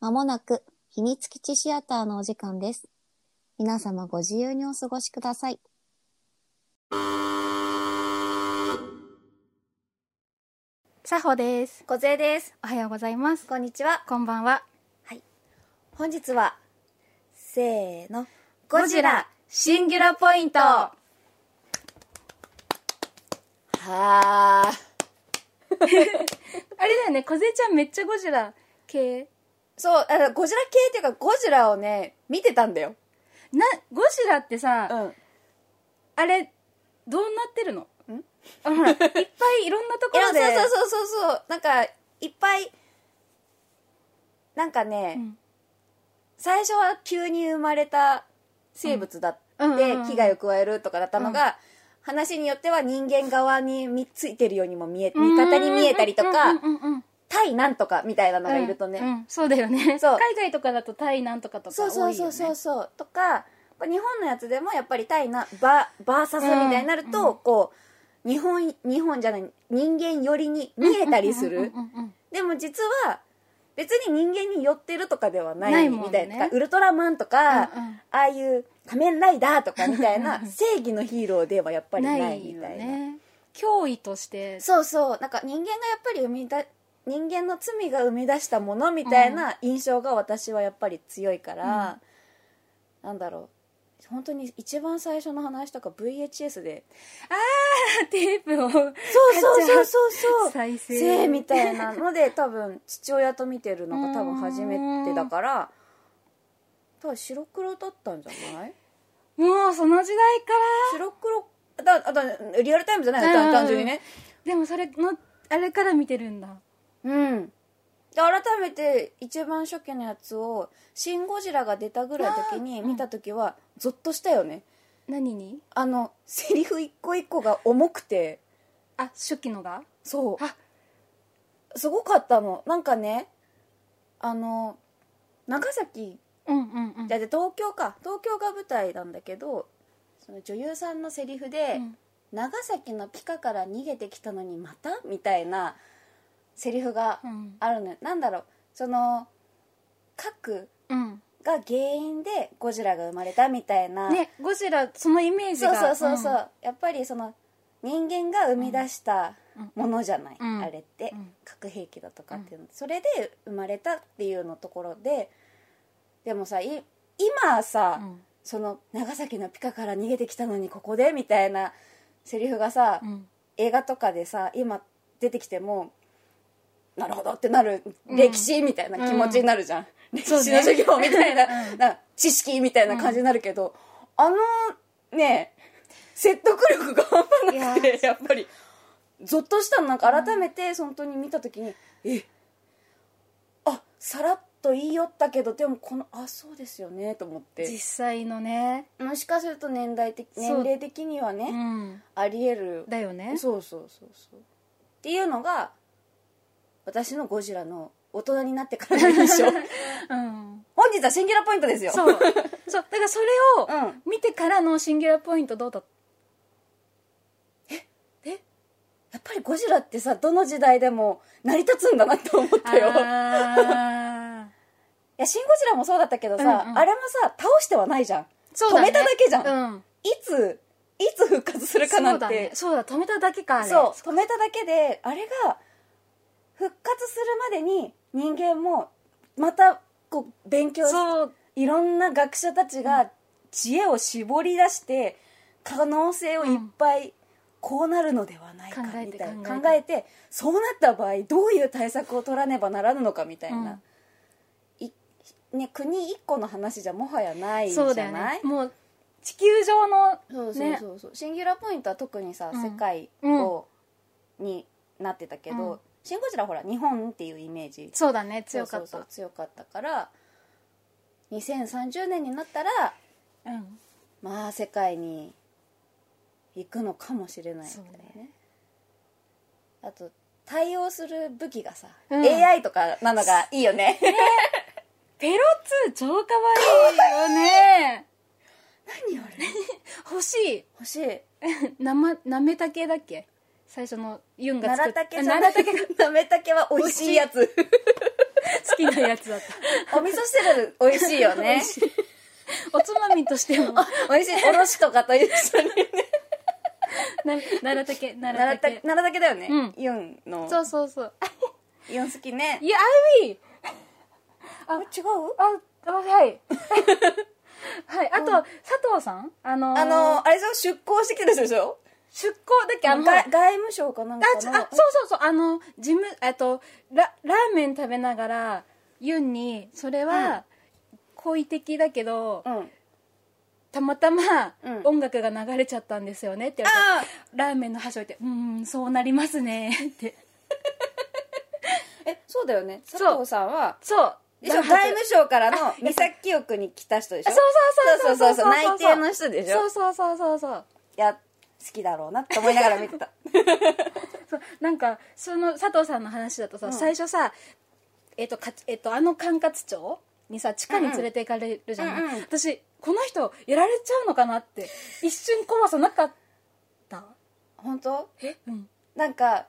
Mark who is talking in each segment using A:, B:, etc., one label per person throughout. A: まもなく秘密基地シアターのお時間です。皆様ご自由にお過ごしください。
B: 佐保です
C: 小杖です。
B: おはようございます
C: こんにちは。
B: こんばんは
C: 本日は、せーの、
B: ゴジラシンギュラポイント
C: はあ
B: あれだよね小ちゃんめっちゃゴジラ系
C: そう、あのゴジラ系っていうか、ゴジラをね、見てたんだよ。
B: なゴジラってさ、
C: ん。
B: あれどうなってるのあほらいっぱいいろんなと
C: い
B: こ
C: や、
B: ろ
C: そう
B: で
C: そうそうそうそう。なんか、いっぱい、なんかね、
B: うん
C: 最初は急に生まれた生物だって、
B: うんうんうんうん
C: 危害を加えるとかだったのが、話によっては人間側にみついてるようにも見え、味方に見えたりと
B: うん
C: か、
B: うんうんうん
C: 対なんとかみたいなのがいるとね、
B: うんうんそうだよね
C: そう
B: 海外とかだとタイなんとかとか多
C: そう
B: い
C: そ
B: よ、
C: う
B: ね、
C: そうそうそうとかこう日本のやつでもやっぱり対なババーサスみたいになると、
B: うんうん
C: こう日本日本じゃない人間寄りに見えたりする、
B: うんうんうん
C: でも実は別に人間に寄ってるとかではない
B: ないも
C: み
B: ん
C: た
B: ね
C: いなウルトラマンとか、
B: うんうん
C: ああいう仮面ライダーとかみたい
B: うんう
C: なん正義のヒーローではやっぱりないみたいな
B: よね脅威として
C: そうそうなんか人間がやっぱり生みだ人間の罪が生み出したものみたいな印象が私はやっぱり強いから、なんだろう本当に一番最初の話とか VHS で
B: テープをそう
C: そうそうそうそうそう
B: 再生
C: せーみたいなので多分父親と見てるのが多分初めてだから多分白黒だったんじゃない
B: もうその時代から
C: 白黒だだリアルタイムじゃないの単単純にね
B: でもそれのあれから見てるんだ
C: うん。で改めて一番初期のやつを「シン・ゴジラ」が出たぐらいの時に見た時はゾッとしたよね
B: 何に
C: あのセリフ一個一個が重くて
B: あ初期のが
C: そ
B: あ
C: うすごかったのなんかねあの長崎
B: うんうんうん
C: じゃあじゃあ東京か東京が舞台なんだけどその女優さんのセリフで
B: うん
C: 「長崎のピカから逃げてきたのにまた?」みたいなセリフが
B: うん
C: あるのよなんだろうその核
B: うん
C: が原因でゴジラが生まれたみたいな、
B: ねゴジラそのイメージ
C: そう
B: が
C: そうそうそう、やっぱりその人間が生み出したものじゃない、
B: うん
C: あれって、
B: うん
C: 核兵器だとかっていうの、それで生まれたっていうのところででもさい今さ、
B: うん
C: その長崎のピカから逃げてきたのにここでみたいなセリフがさ、
B: うん
C: 映画とかでさ今出てきてもなるほどってなる歴史みたいな気持ちになるじゃん、歴
B: そう
C: 史
B: ね
C: の授業みたいな,、 な知識みたいな感じになるけど、あのね説得力が半端なくてやっぱりゾッとしたのなんか改めて本当に見た時に、えあさらっと言いよったけどでもこのあそうですよねと思って
B: 実際のね
C: もしかすると年代的年齢的にはね、
B: うん
C: ありえる
B: だよね
C: そうそうそうそうっていうのが私のゴジラの大人になってからの印 象
B: うん
C: 本日はシンギュラポイントですよ
B: そうそうだからそれを
C: うん
B: 見てからのシンギュラポイントどうだっ
C: やっぱりゴジラってさどの時代でも成り立つんだなって思ったよい
B: あ ー
C: やシン・ゴジラもそうだったけどさ、
B: うんうん
C: あれもさ倒してはないじゃん
B: そうだね
C: 止めただけじゃん、い
B: うん
C: ついつ復活するかな
B: そ
C: ん
B: うだ
C: て
B: ねそうだ止めただけかあれ
C: そう止めただけであれが復活するまでに人間もまたこう勉強
B: そう
C: いろんな学者たちが知恵を絞り出して可能性をいっぱいこうなるのではないか
B: 考えて
C: みたいな
B: 考えて
C: 考えてそうなった場合どういう対策を取らねばならぬのかみたいな、いね、国一個の話じゃもはやないじ
B: そ
C: ゃな
B: う
C: い
B: だよねもう地球上の
C: そうそう
B: ね
C: そうそう、シンギュラーポイントは特にさ、
B: うん
C: 世界を、になってたけど、
B: うん
C: シン・ゴジラはほら日本っていうイメージ
B: そうだね強かった
C: そうそうそう強かったから2030年になったら
B: うん
C: まあ世界に行くのかもしれないみたいなねあと対応する武器がさ、
B: うん
C: AI とかなのがいいよね
B: ペロ2超かわいいよね
C: 何あれ
B: 欲しい
C: 欲しい
B: なまなめたけだっけ最初のユンが
C: 奈
B: 作った
C: 良竹じゃな
B: 奈良
C: いなめたけは美味しいやつ
B: 好きなやつだった
C: お味噌汁美味しいよ ね。
B: おつまみとして も
C: 美味しい。おろしとかと一緒に。
B: な奈良竹
C: 奈
B: 奈
C: 良
B: 良
C: 竹
B: 竹
C: 奈良竹だよね。
B: うん
C: イオンの。
B: そうそうそうあ
C: イオン好きね。
B: いやアイビー
C: あ、違う
B: ああ はいはいあと、佐藤さんあのー
C: あの、あれでしょ出向してきてた人でしょ
B: 出向だっけあ
C: 外
B: の
C: 外務省かなんか
B: あちあ
C: の。
B: そうそうそうあの事務えっとララーメン食べながらユンにそれは好意的だけど、
C: うん。
B: たまたま
C: うん
B: 音楽が流れちゃったんですよねって言われて、
C: あ
B: ラーメンの箸置いて「うーんそうなりますね」っ て
C: ーえ、そうだよね。
B: そう
C: 佐藤さんは、
B: そう
C: でしょ
B: ラーメン
C: 外務省からの三崎記憶に来た人でしょ
B: そうそうそうそう
C: そうそうそう内定の人でしょ
B: そうそうそうそうそう
C: いや、好きだろうなって思いながら 見てた。
B: そうなんかその佐藤さんの話だとさ、
C: ん
B: 最初さ、えっとかえっとあの管轄庁にさ地下に連れて行かれるじゃない、
C: うんうんうんうん
B: 私この人やられちゃうのかなって一瞬怖さなかった
C: 本当
B: えうん
C: なんか、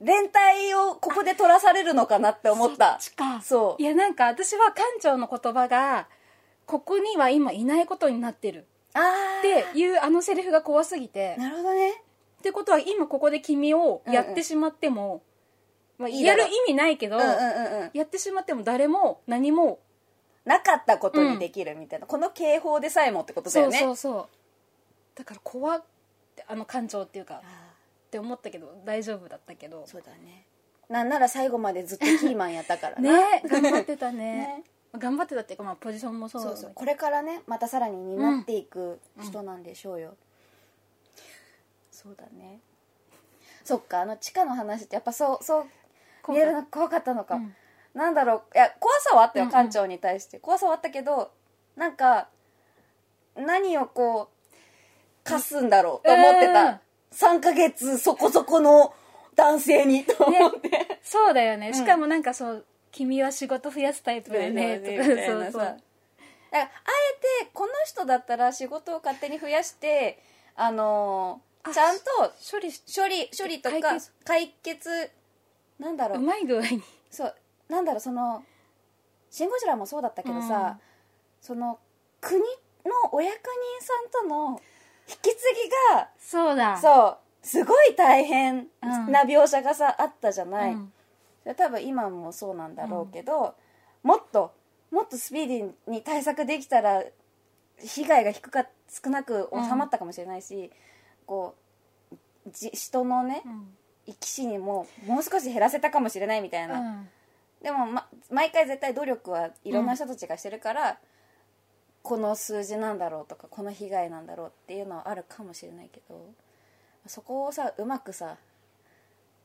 C: 連帯をここで取らされるのかなって思った。
B: 地下
C: そう
B: い。やなんか私は館長の言葉がここには今いないことになってる
C: ああ。
B: っていうあのセリフが怖すぎて
C: なるほどね。
B: ってことは今ここで君をやってしまっても、まあ、
C: いい
B: や
C: だろ
B: る
C: う
B: 意味ないけど、
C: うんうんうんうん。
B: やってしまっても誰も何も
C: なかったことにできるみたいな。この警報でさえもってことだよね。
B: そうそうそうだから怖ってあの館長っていうかっ
C: あ
B: て思ったけど大丈夫だったけど
C: ーそうだね。なんなら最後までずっとキーマンやったから
B: ね
C: な
B: 頑張ってたね
C: ね
B: 頑張ってたっていうか、まあ、ポジションもそう
C: そ
B: だ
C: う
B: け
C: そ
B: ど
C: うこれからねまたさらに担っていく人なんでしょうよ、そうだねそっかあの地下の話ってやっぱそうそう見えるの怖かったのか、
B: うん
C: なんだろういや怖さはあったよ、
B: うんうん
C: 館長に対して怖さはあったけどなんか何をこうかすんだろうと思って
B: うん
C: た、3ヶ月そこそこの男性にと 思って、
B: そうだよね、
C: ん
B: しかもなんかそう「君は仕事増やすタイプだよね」とか
C: みたいな
B: そう
C: さ
B: そう
C: だからあえてこの人だったら仕事を勝手に増やしてあのー
B: あ
C: ちゃんと
B: 処理し
C: 処理処理とか
B: 解決
C: 解決なんだろ
B: う
C: う
B: まい具合に
C: そうなんだろうその「シン・ゴジラ」もそうだったけどさ、その国のお役人さんとの引き継ぎが
B: そうだ
C: そうすごい大変
B: うん
C: な描写がさ、あったじゃない、
B: うん
C: それ多分今もそうなんだろうけど、もっともっとスピーディーに対策できたら被害が低か少なく収まったかもしれないし、こうじ人のね
B: うん
C: 生き死にももう少し減らせたかもしれないみたいな、
B: うん
C: でも、ま、毎回絶対努力はいろんな人たちがしてるから、この数字なんだろうとかこの被害なんだろうっていうのはあるかもしれないけどそこをさうまくさ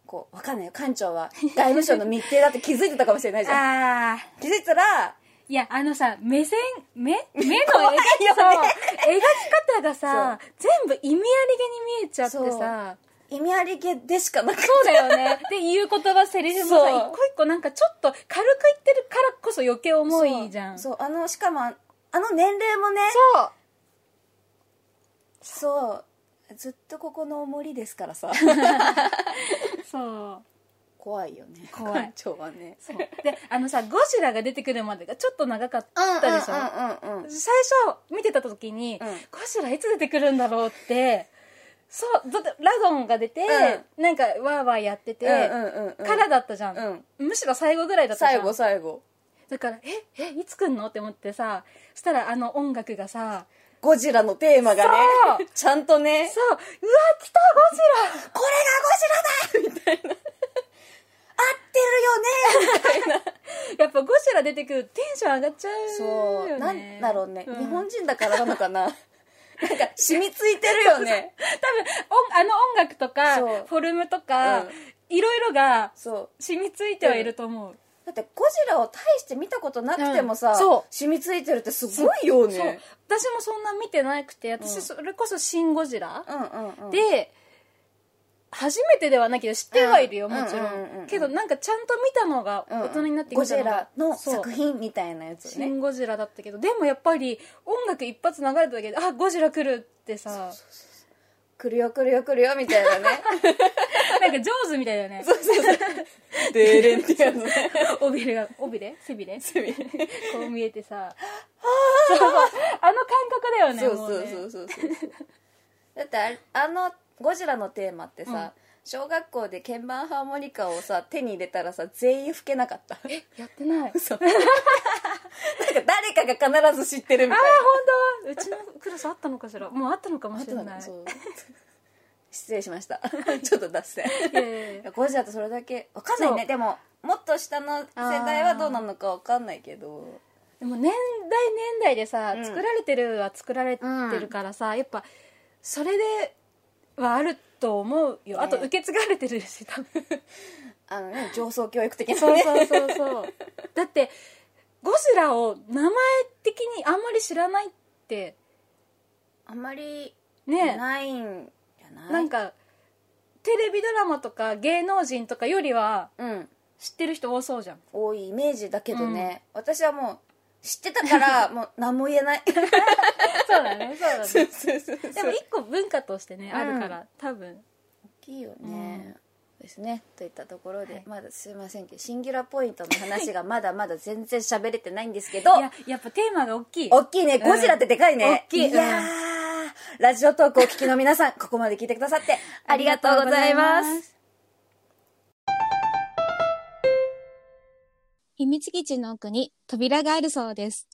C: こうわかんないよ館 長は外務省の密偵だって気づいてたかもしれないじゃん
B: ああ
C: 気づいたら
B: いや、あのさ、目線、 目目の描き
C: 怖いよ
B: さ、
C: ね
B: 描き方がさ、全部意味ありげに見えちゃってさ、
C: 意味ありげでしかなかった
B: そうだよ ね。で、言う言葉、セリフもさ、
C: そう
B: 一個一個なんかちょっと軽く言ってるからこそ余計重いじゃん。う。
C: そうそうあのしかもああの年齢もね
B: そう
C: そうずっとここのおもりですか らさ
B: そう。
C: 怖いよね
B: 怖い
C: 館長はね
B: そう。で、あのさ、ゴジラが出てくるまでがちょっと長かっ
C: うんうん
B: たでしょ。
C: うんうんうん
B: 最初見てた時に、
C: うん
B: ゴジラいつ出てくるんだろうってそうだってラゴンが出て、なんかワーワーやってて、
C: うんうんうんうん
B: からだったじゃん、
C: うん
B: むしろ最後ぐらいだったじゃ
C: 最
B: ん
C: 後最後
B: だからええいつ来んのって思ってさそしたらあの音楽がさ
C: ゴジラのテーマがね
B: そう
C: ちゃんとね
B: そううわ来たゴジラ
C: これがゴジラだみたいな合 ってるよね
B: やっぱゴジラ出てくるとテンション上がっちゃうよ、
C: そ
B: ね、
C: うなんだろうね、
B: ん
C: 日本人だからな のかななんか染みついてるよね
B: 音あの音楽とか
C: そう
B: フォルムとか、
C: うん
B: いろいろが
C: そう
B: 染みついてはいると思う、
C: だってゴジラを大して見たことなくても
B: う
C: さ、
B: んそう
C: 染みついてるってすごいよ
B: そう
C: ね
B: 私もそんな見てなくて私それこそ「シン・ゴジラ
C: う」んうんうん
B: で初めてではないけど知ってはいるよもちろ
C: うんうんうんうん
B: んけどなんかちゃんと見たのが
C: うん
B: 大人になって
C: ゴ
B: きた
C: ジ
B: の
C: ラ
B: が
C: の
B: そう
C: 作品みたいなやつ
B: シ
C: ね
B: ン・ゴジラだったけどでもやっぱり音楽一発流れただけであゴジラ来るってさ
C: 来るよ来るよ来るよみたいなね
B: なんか上手みたいだよね
C: そうそうそう。デーレンってやつね。
B: 尾びれが尾びれ背びれ
C: セミ
B: こう見えてさ そうそうあの感覚だよね
C: そう
B: も
C: そう
B: ね
C: そうそうそう。だってあれあのゴジラのテーマってさ、
B: うん
C: 小学校で鍵盤ハーモニカをさ手に入れたらさ全員吹けなかった。
B: やって ない
C: そう。 なんか誰かが必ず知ってるみたい
B: あ
C: な。
B: うちのクラスあったのかしらもうあったのかもしれない
C: そう失礼しました。 ちょっと脱線。
B: いやいやい
C: い
B: や
C: やゴジラってそれだけわかんない
B: そ
C: ね
B: う
C: でももっと下の世代はどうなのかわかんないけど
B: でも年代年代でさ、
C: うん
B: 作られてるは作られてるからさ、やっぱそれではあると思うよ、
C: ね
B: あと受け継がれてるし多分
C: あのね上層教育的な
B: そう
C: ね
B: そうそうそうだってゴジラを名前的にあんまり知らないって
C: あんまり
B: ね
C: ないんじゃない
B: なんかテレビドラマとか芸能人とかよりは
C: うん
B: 知ってる人多そうじゃん
C: 多いイメージだけどね、私はもう知ってたから もう何も言えない
B: そうだねそうだね
C: そうそうそうそう
B: でも一個文化としてね、
C: うん
B: あるから多分
C: 大きいよね、
B: うん
C: ですねといったところで、
B: はい
C: まだすいませんけどシンギュラポイントの話がまだまだ全然喋れてないんですけど
B: いややっぱテーマが大きい
C: 大きいね。ゴジラってでかいね。
B: 大きいうん
C: やー、ラジオトークをお聞きの皆さん、ここまで聞いてくださって、ありがとうございます。
A: 秘密基地の奥に扉があるそうです。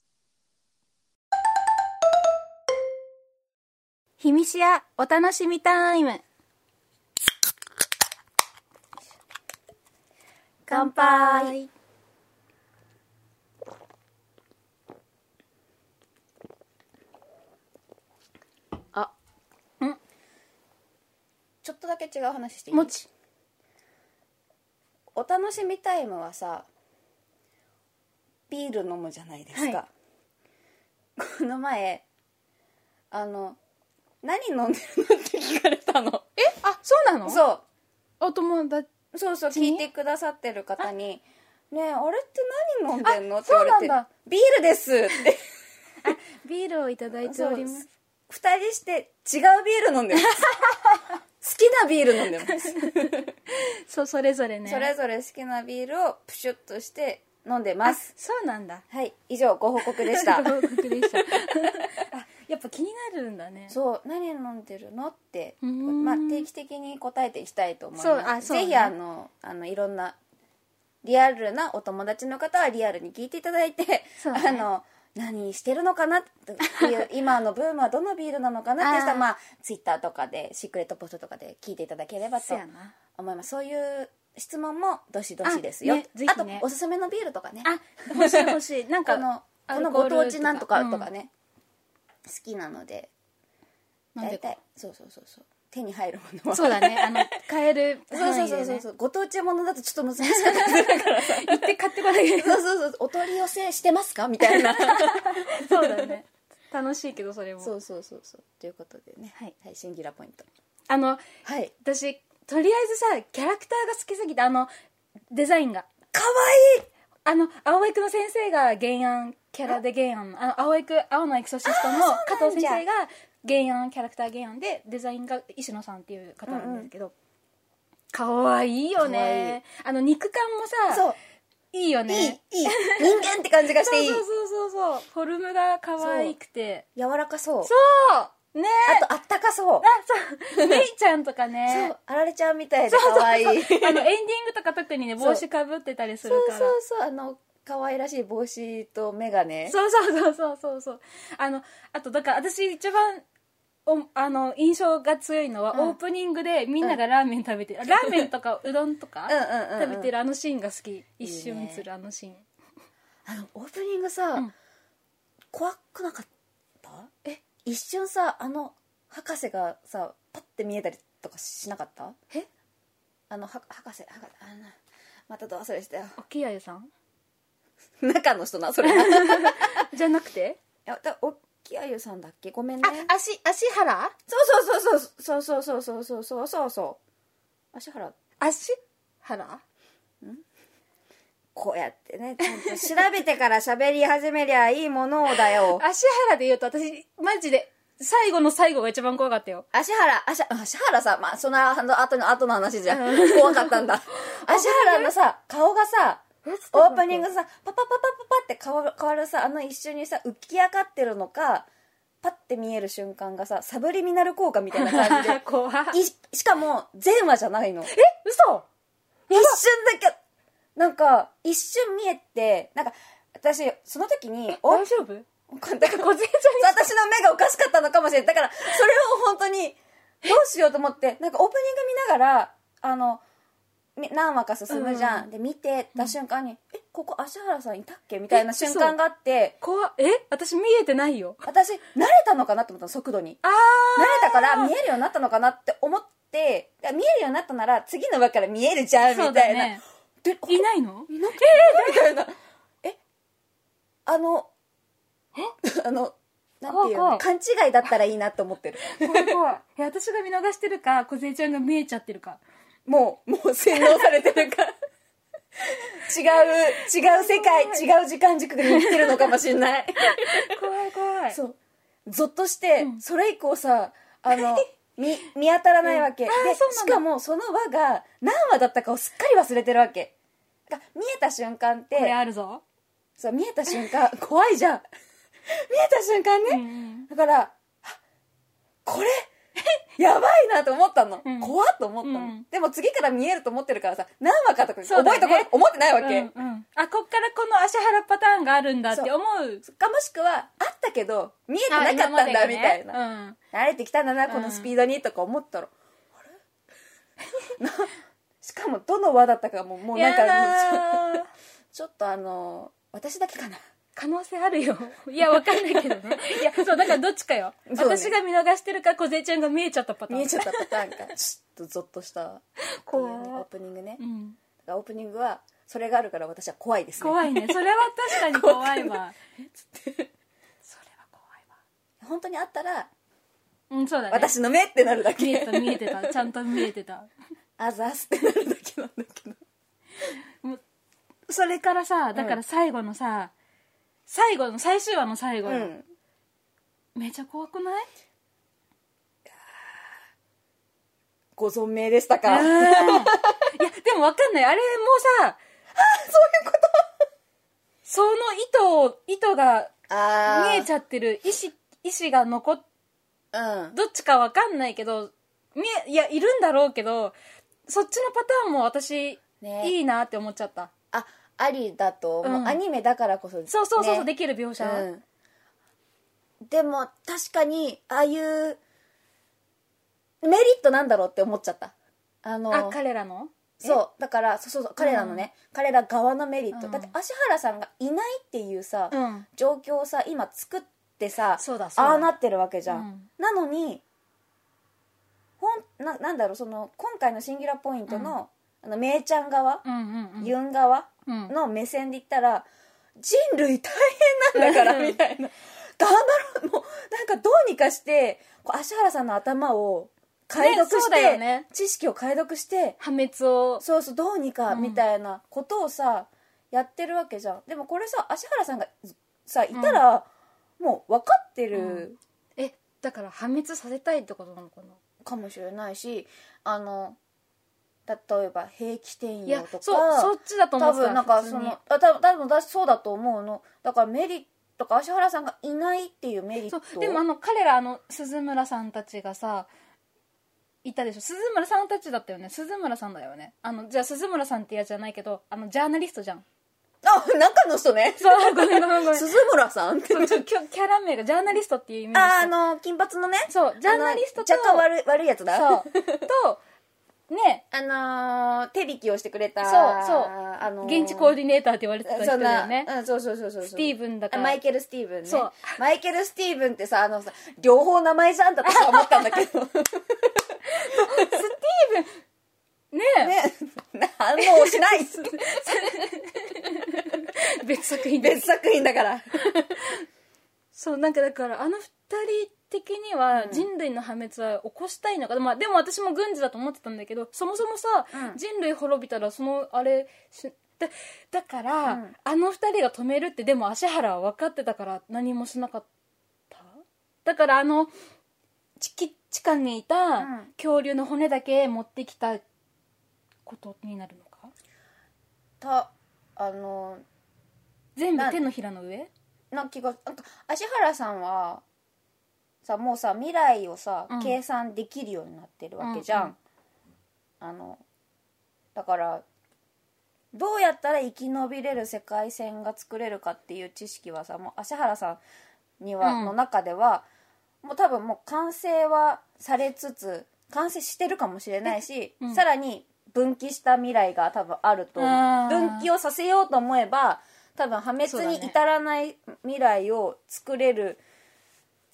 B: 秘密屋お楽しみタイム
C: 乾杯あ、
B: ん
C: ちょっとだけ違う話していい
B: もち
C: お楽しみタイムはさ、ビール飲むじゃないですか。
B: は
C: この前、あの、何飲んでるのって聞かれたの。
B: えあそうな のう
C: そう。
B: お友達
C: そうそう
B: ち
C: 聞いてくださってる方に「ねえあれって何飲んでんの?」
B: あ
C: って言われ
B: そう
C: て
B: なんだ
C: 「ビールです」って
B: ビールをいただいております
C: 2人して違うビール飲んでます 好きなビール飲んでます、
B: そうそれぞれね
C: それぞれ好きなビールをプシュッとして飲んでます
B: そうなんだ
C: はい以上ご報告でした
B: 報告でした あやっぱ気になるんだね
C: そう何飲んでるのって、
B: うーん
C: まあ、定期的に答えていきたいと思い
B: そう
C: ま
B: あ
C: す
B: そうね
C: ぜひあのあのいろんなリアルなお友達の方はリアルに聞いていただいて、
B: そうね
C: あの何してるのかなと いう今のブームはどのビールなのかなってし
B: あ
C: たら
B: ー
C: まあツイッターとかでシークレットポストとかで聞いていただければと
B: そうやな
C: 思いますそういう質問もどしどしですよ
B: あねぜひ
C: と
B: ね
C: おすすめのビールとかね
B: あ欲しい欲しいなんか
C: この
B: ア
C: こ
B: ル
C: の
B: コー
C: ご
B: ル
C: 当地なんとかとか
B: うん
C: ね、好きなので
B: なんで
C: 大体そうそうそうそう手に入るものは
B: そうだねあの買える
C: そうそう
B: 範囲
C: そう
B: で
C: そう
B: ね
C: そうご当地ものだとちょっと 難しかったりするからそう
B: 行って買ってこないけ
C: そうそうお取り寄せしてますかみたいな
B: そうだね楽しいけどそれも
C: そうそうそうそうということでね
B: はい、
C: シンギュラポイント
B: あの
C: はい
B: 私とりあえずさキャラクターが好きすぎてあのデザインが
C: かわいい
B: あの青井くの先生が原案キャラで原案あの青井く青のエクソシストの
C: あーそう
B: 加
C: なん
B: 藤
C: じ
B: 先生
C: ゃ
B: が原案キャラクター原案でデザインが石野さんっていう方なんですけど、可愛かわいいよねあの肉感も
C: そう
B: さいいよ
C: いいい
B: ね
C: い人間って感じがし
B: そ
C: て
B: う
C: いい
B: そうそうそうそうフォルムが可愛くて
C: 柔らかそう
B: そうねえ
C: あとあったかそう
B: あ そうメイちゃんとかね
C: そうあられちゃんみたいでかわいいそう
B: あのエンディングとか特にね
C: そう
B: 帽子かぶってたりするから
C: そうそうあの可愛らしい帽子と眼鏡
B: そうそうそうそうそうそうあのあとだから私一番おあの印象が強いのは、
C: うん
B: オープニングでみんながラーメン食べてる、ラーメンとかうどんとか
C: うんうんうんうん
B: 食べてるあのシーンが好き一瞬
C: い
B: するあのシーン
C: あのオープニングさ、
B: うん
C: 怖くなかったえ一瞬さあの博士がさパッて見えたりとかしなかった
B: え
C: あのは博士博士あのまたど忘れしたよ
B: 沖合さん
C: 中の人な それい
B: じゃなくて
C: やだおっきあゆさんだっけごめんね
B: あ足足原
C: そうそうそうそうそうそうそうそうそうそうそう足原
B: 足原
C: こうやってねちゃんと調べてから喋り始めりゃいいものをだよ
B: 足原で言うと私マジで最後の最後が一番怖かったよ。
C: 足原、足、足原さ、まあ、その後の後の話じゃん。怖かった んだ。足原のさ、顔がさ、オープニングさ、パパパパパパって変わる、変わるさ、あの一瞬にさ、浮き上がってるのか、パッて見える瞬間がさ、サブリミナル効果みたいな感じ
B: 怖い。
C: で、いしかも、全話じゃないの。一瞬
B: え嘘
C: だけ、なんか、一瞬見えて、なんか、私、その時に、お、
B: 大丈夫
C: だから
B: 個人
C: 私の目がおかしかったのかもしれないだからそれを本当にどうしようと思ってなんかオープニング見ながらあのみ何話か進むじゃん、で見てた瞬間に「えここ芦原さんいたっけ?」みたい
B: え
C: な
B: 嘘
C: 瞬間があって
B: 怖っえ私見えてないよ。
C: 私慣れたのかなと思ったの速度に
B: あ
C: 慣れたから見えるようになったのかなって思っていや見えるようになったなら次の話から見えるじゃん
B: ー
C: み
B: そ
C: た
B: うだ
C: いな、
B: ね。
C: でこ
B: いないの
C: いなくてみたいな。えあの、え あの、なん
B: 怖
C: ていうの
B: い怖い
C: 勘違いだったらいいなと思ってる。
B: 怖い怖い。え私が見逃してるか、小ちゃんが見えちゃってるか。
C: もう、もう洗脳されてるから。違う、違う世界、違う時間軸で生きてるのかもしれない。
B: 怖い怖い。
C: そう。ゾッとして、
B: うん
C: それ以降さ、あの、見、見当たらないわけ。
B: うん
C: で
B: あーそうなんだ
C: しかもその輪が何話だったかをすっかり忘れてるわけ。だから見えた瞬間って、
B: これあるぞ。
C: そう見えた瞬間怖いじゃん 見えた瞬間ね、
B: うんうん
C: だからあこれやばいなと思ったの、
B: うん
C: 怖っと思ったの、
B: うん
C: でも次から見えると思ってるからさ何話かとか
B: そうだ
C: 覚
B: ね
C: えてこれ、思ってないわけ、
B: うんうんあ、こっからこの足原パターンがあるんだって思う。
C: かもしくはあったけど見えてな
B: あ
C: かったん
B: 今
C: だみ
B: までがね
C: たいな、
B: うん。
C: 慣れてきたんだな
B: うん
C: このスピードにとか思ったら、あれな しかもどの輪だったかももうなん
B: や
C: か
B: だー
C: ちょっとあの私だけかな
B: 可能性あるよ。いや、わかんないけどね。いや、そう、だからどっちかよ。
C: そうね
B: 私が見逃してるか、小ちゃんが見えちゃったパターン。
C: 見えちゃったパターン かちょっとゾッとしたっていうねオープニングね
B: うん。
C: だからオープニングはそれがあるから私は怖いですね
B: 怖いね。それは確かに怖いわ。それは怖いわ。
C: 本当にあったら
B: うん、そうだね。
C: 私の目ってなるだけ
B: 見えた、見えてた。ちゃんと見えてた。
C: あざすってなるだけなんだけど
B: それからさ、だから最後のさ、最後の、最終話の最後
C: う
B: よ、
C: ん
B: めちゃ怖くない
C: ご存命でしたか
B: うん い
C: そういう
B: や、でもわかんない。あれもさ、
C: こと
B: その糸を、糸が
C: あ
B: 見えちゃってる、意志、意志が残っ
C: ゃうん
B: どっちかわかんないけど、見え、いや、いるんだろうけど、そっちのパターンも私、
C: ね
B: いいなって思っちゃった。
C: あありだと思う、
B: うん
C: アニメだからこそ
B: そうそうそうそう、
C: ね
B: できる描写、
C: うんでも確かにああいうメリットなんだろうって思っちゃったあの
B: あ、彼らの
C: そうだからそうそうそう彼らのね、彼ら側のメリット、
B: うん
C: だって芦原さんがいないっていうさ、
B: うん。
C: 状況をさ今作ってさ
B: そうだ、そうだ。
C: ああなってるわけじゃん、
B: うん
C: なのにほんななんだろうその今回の「シンギュラポイントの」あのめいちゃん側、
B: うんうんうん。
C: ユン側
B: うん
C: の目線で言ったら人類大変なんだから
B: うん
C: みたいな頑張ろうもうなんかどうにかしてこう芦原さんの頭を解読
B: ねそ
C: し
B: うだ
C: て、
B: よね
C: 知識を解読して
B: 破滅を。
C: そうそうどうにか
B: うん
C: みたいなことをさ、やってるわけじゃんでもこれさ芦原さんがさいたら、もう分かってる
B: え、だから破滅させたいってことなのかな、
C: かもしれないしあの例えば兵器転
B: いや
C: 用と、か
B: そう、そっちだと思
C: 多
B: ってた
C: 分なんかそ、
B: 普通に
C: のあ多分多分だそうだと思うのだからメリットか芦原さんがいないっていうメリット
B: そうでもあの彼らあの鈴村さんたちがさいたでしょ鈴村さんたちだったよね鈴村さんだよねあのじゃあ鈴村さんってやつじゃないけどあのジャーナリストじゃん
C: あ中の人ね
B: そうごめんごめんごめんそう
C: 鈴村さんって
B: ちょキャキャラ名がジャーナリストっていう意味
C: ああの金髪のね
B: そうジャーナリストと
C: あの若干悪い悪いやつだ
B: そうとね
C: あのー手引きをしてくれた
B: そうそう
C: あのー
B: 現地コーディネーターって言われてた
C: そ
B: 人
C: ん
B: だ
C: な
B: よね
C: うん、そうそうそうそう
B: スティーブンだか
C: あ
B: ら
C: マイケル・スティーブンね
B: そう
C: マイケル・スティーブンってさあのさ両方名前じゃんだってさ思ったんだ けどね
B: ね
C: 反応し ないっす
B: え別作品で
C: 別作品だから
B: そうなんかだからあの二人的には人類の破滅は起こしたいのか、まあ、でも私も軍事だと思ってたんだけどそもそもさ、
C: うん
B: 人類滅びたらそのあれしだだから、
C: うん
B: あの二人が止めるってでも芦原は分かってたから何もしなかっただからあの地地下にいた
C: うん
B: 恐竜の骨だけ持ってきたことになるのか
C: たあの
B: 全部
C: な
B: 手のひらの上
C: な気がなんか芦原さんはさもうさ未来をさ、
B: うん
C: 計算できるようになってるわけじゃん、
B: うんうん
C: あのだからどうやったら生き延びれる世界線が作れるかっていう知識はさもう芦原さんには、
B: うん
C: の中ではもう多分もう完成はされつつ完成してるかもしれないし、
B: うん
C: さらに分岐した未来が多分あると思
B: あ
C: う
B: ー
C: 分岐をさせようと思えば多分破
B: そうだ
C: 滅に
B: ね
C: 至らない未来を作れる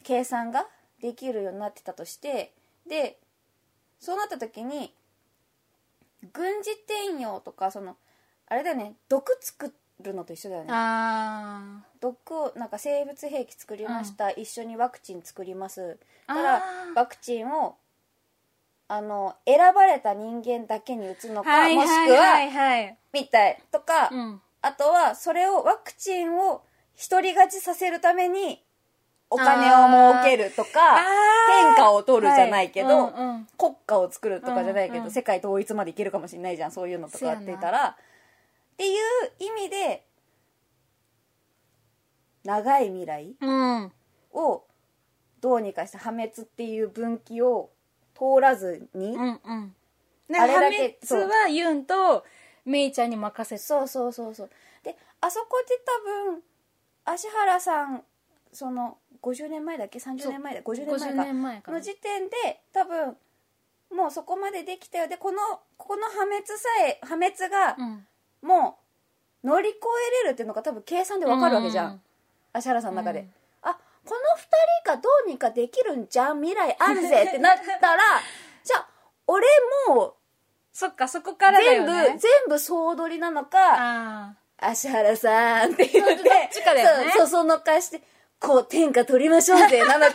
C: 計算ができるようになってたとしてでそうなった時に軍事転用とかそのあれだよね毒作るのと一緒だよね
B: あ
C: 毒をなんか生物兵器作りました、一緒にワクチン作ります
B: あ
C: だから
B: ー
C: ワクチンをあの選ばれた人間だけに打つのか、
B: はい
C: もし
B: はい
C: くは、
B: はいはい
C: みたいとか、
B: うん
C: あとはそれをワクチンを独り勝ちさせるためにお金を儲けるとか天下を取るじゃないけど、
B: はいうんうん
C: 国家を作るとかじゃないけど、
B: うんうん
C: 世界統一までいけるかもしれないじゃんそういうのとかやってたらっていう意味で長い未来
B: うん
C: をどうにかして破滅っていう分岐を通らずに、
B: うんうん
C: あ
B: あ
C: れ
B: れ
C: だ
B: だ
C: け
B: け
C: そう
B: はユンとメイちゃんに任せて
C: そうそうそうそうであそこで多分芦原さんその50年前だっけ30年前だ50年前か
B: 年前か
C: の時点で多分もうそこまでできたよでこのここの破滅さえ破滅が
B: うん
C: もう乗り越えれるっていうのが多分計算でわかるわけじゃん、
B: うう
C: 芦原さんの中で、
B: うん
C: あこの2人がどうにかできるんじゃん未来あるぜってなっ たらじゃあ俺も
B: そっかそこからだよ
C: 全部、
B: ね
C: 全部総取りなのか
B: あ
C: 芦原さんって言って、
B: ちかだよね
C: そう、そそのかして、こう、天下取りましょうぜ、なの か、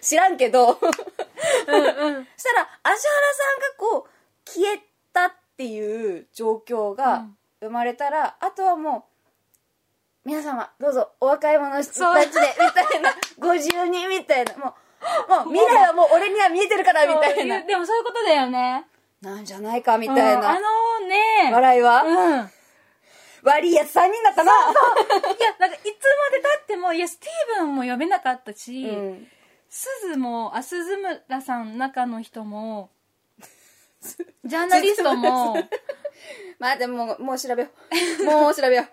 C: 知らんけど、そしたら、
B: あうんうん
C: 芦原さんがこう、消えたっていう状況が生まれたら、あとはもう、皆様、どうぞ、お若い者たちで、み
B: そう
C: たい な、52みたいな、もう、もう、未来はもう俺には見えてるから、みた
B: そう
C: いうな
B: う。でもそういうことだよね
C: なんじゃないか、みたい
B: うんあ
C: な。
B: のね
C: 笑いは、
B: うんいや
C: 悪いやつ3人だったな。
B: なんかいつまでたってもいやスティーブンも呼べなかったし、
C: うん
B: すずもあ鈴村さんの中の人 もジャーナリストも
C: まあでももう、もう調べよう。 もう調べよう。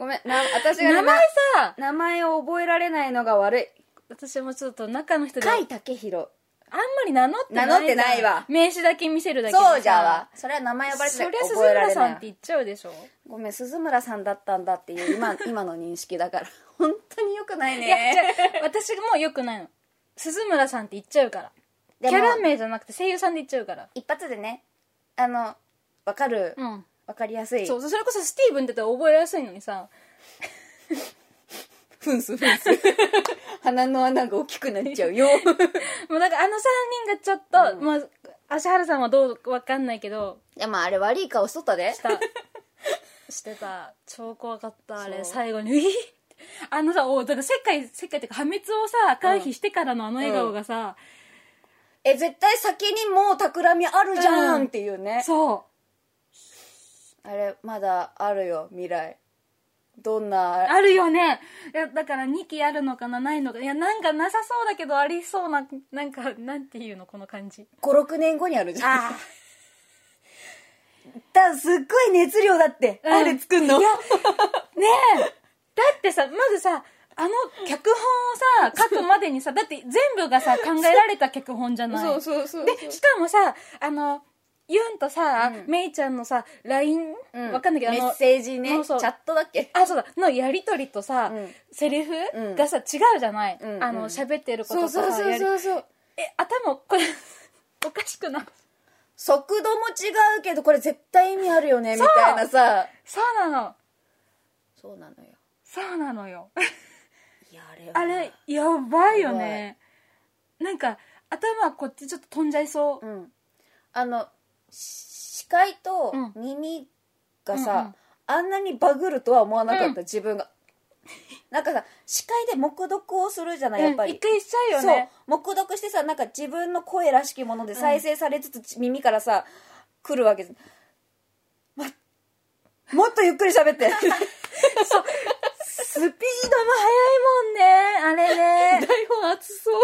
C: ごめん。な私がね
B: 名前さ
C: 名前を覚えられないのが悪い。
B: 私もちょっと中の人であ
C: 甲
B: ん
C: 斐武宏。
B: まり名乗ってない
C: 名乗ってないわ
B: 名刺だけ見せるだけでさ
C: そうじゃわ。それは名前呼ばれて
B: そ
C: な
B: り
C: い
B: ゃ鈴
C: 覚えら
B: 村
C: れ
B: さんっ
C: な
B: て
C: い。
B: 言っちゃうでしょ
C: ごめん、鈴村さんだったんだっていう今、今の認識だから。 本当に良くない
B: いや、
C: ね。
B: 違う私もよくないの鈴村さんって言っちゃうからキ
C: でも
B: ャラ名じゃなくて声優さんで言っちゃうから
C: 一発でね、あの、わかる。
B: うん
C: わかりやすい。
B: そうそれこそスティーブンって言ったら覚えやすいのにさ
C: ふんすふんす。 鼻の穴が大きくなっちゃ うよ。
B: もうなんかあの3人がちょっと、まあ芦原さんはどうわかんないけど
C: でもあれ悪い顔しとったで
B: し。たしてた超怖かったあれ
C: そう
B: 最後にういあのさおだから世界世界っていうか破滅をさ回避してからのあの笑顔がさ、
C: え、絶対先にもう企みあるじゃ
B: うんん
C: っていうね。
B: そ
C: あれまだあるよ未来どん
B: う
C: な
B: あるよねいやだから2期あるのかなないのかいやなんかなさそうだけどありそうななんかなんていうのこの感じ
C: 56年後にあるじゃんだからすっごい熱量だって、
B: うん
C: あれ作んのいや
B: ねえだってさまずさあの脚本を さ書くまでにさだって全部がさ考えられた脚本じゃない
C: そうそう
B: でしかもさあのユンとさ、
C: うん
B: メイちゃんのさ LINE、わかんないけどあ
C: メ
B: の
C: ッセージね
B: そうそう
C: チャットだっけ
B: あそうだのやりとりとさ、
C: うん
B: セリフ
C: うん
B: がさ違うじゃない、
C: うん
B: あ
C: うん
B: の喋ってることとさやり
C: うそう
B: え頭これおかしくない
C: 速度も違うけどこれ絶対意味あるよねみたいなさ
B: そうなの
C: そうなのよ
B: そうなのよ
C: いやあれは
B: あれやばいよねなんか頭こっちちょっと飛んじゃいそう
C: う、んあのし視界と
B: うん
C: 耳が
B: うんう
C: さ
B: ん、
C: あんなにバグるとは思わなかっ
B: う
C: た、
B: ん
C: 自分が なんかさ視界で黙読をするじゃない、
B: うん
C: やっぱり
B: 一回しちゃうよね
C: そう黙読してさなんか自分の声らしきもので再生されつつ、耳からさ来るわけですまもっとゆっく り喋って台
B: スピードも速いもんねあれね
C: 本熱 そう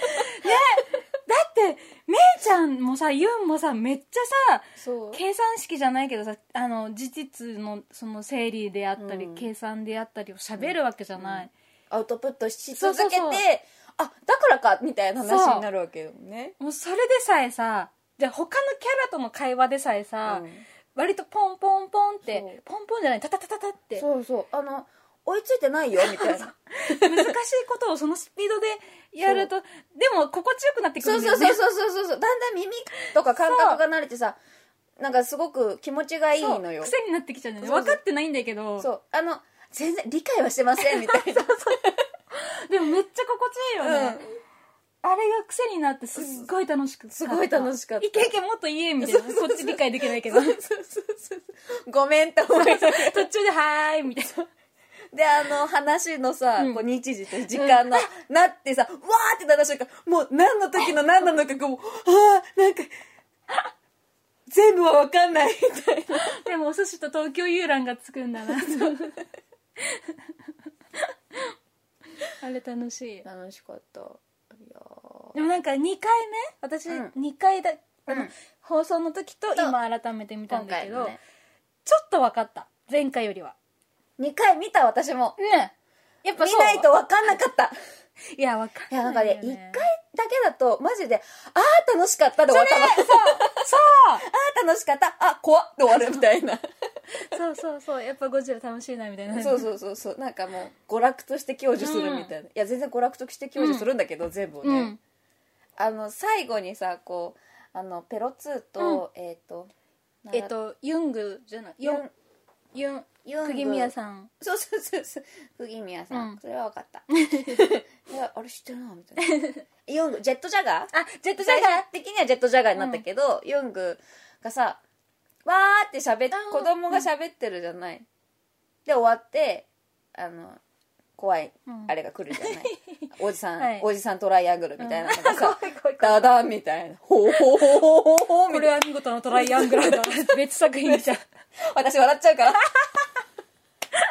B: だってめいちゃんもさユンもさめっちゃさ
C: そう
B: 計算式じゃないけどさあの事実のその整理であったり、
C: うん
B: 計算であったりを喋るわけじゃない、
C: アウトプットし続けて
B: そうそうそう
C: あだからかみたいな話になるわけよね
B: もうそれでさえさじゃあ他のキャラとの会話でさえさ、
C: うん
B: 割とポンポンポンっ
C: そ
B: て
C: う
B: ポンポンじゃないタタタタタって
C: そうそうあの追いついてないよみたいな
B: 難しいことをそのスピードでやるとでも心地よくなってく
C: そ
B: る
C: うん
B: だ
C: そ
B: よ
C: う
B: ね
C: そうそうそうそうそうだんだん耳とか感覚が慣れてさなんかすごく気持ちがいいのよ
B: そう癖になってきちゃうんだよね
C: そうそう
B: 分かってないんだけど
C: そうあの全然理解はしてませんみたい な
B: でもめっちゃ心地いいよね、あれが癖になってすっごい楽しく
C: すごい楽しかった
B: いけいけもっと言えみたいなこっち理解できないけど途中
C: うんごめんって思いながら
B: で「はーい」みたいな
C: であの話のさ、
B: うん
C: こう日時と時間の、なってさわーってなった瞬間もう何の時の何なのかこうあーなんか全部は分かんないみたいな
B: でもお寿司と東京遊覧がつくん だなとあれ楽しい
C: 楽しかったいやー
B: でもなんか2回目私
C: うん
B: 2回だ、あの
C: うん
B: 放送の時と今改めて見たん
C: 今
B: だけ
C: 回
B: ど、
C: のね
B: ちょっと分かった前回よりは
C: 2回見た私も
B: ねやっぱ
C: 見
B: そう
C: ないと分かんなかった
B: いや分か
C: いやなん
B: ん
C: か
B: ないよ
C: ね
B: ね
C: 1回だけだとマジであー楽しかったで終わったのあ
B: そ う
C: ー楽しかったあ怖っで終わるみたいな
B: そうそうそうやっぱゴジラ楽しいなみたいな
C: そうそうそうそうなんかもう娯楽として享受するみたいな、いや全然娯楽として享受するんだけど、全部をね、
B: うん
C: あの最後にさこうあのペロ2と、えっ、と
B: えっとユングじゃないユ
C: ユ
B: ン
C: ン
B: ユン
C: ユング
B: 釘宮さん
C: そうそうそうそう釘宮さん、
B: うん
C: それは分かった いやあれ知ってるなみたいなユングジェットジャガー
B: あジェットジャ
C: 最
B: ガー
C: 終的にはジェットジャガーになったけど、ユングがさわーって喋っ
B: うん
C: 子供が喋ってるじゃない、で終わってあの怖い、
B: うん
C: あれが来るじゃ ないおじさん、
B: はい
C: おじさんトライアングルみたい なのが さ、
B: 怖い怖い怖い
C: ダダンみたいなほうほうほうほうほうほうみ
B: こ
C: たい
B: れ
C: な
B: は見事なトライアング ルだ別作品じゃん
C: 私笑っちゃ うから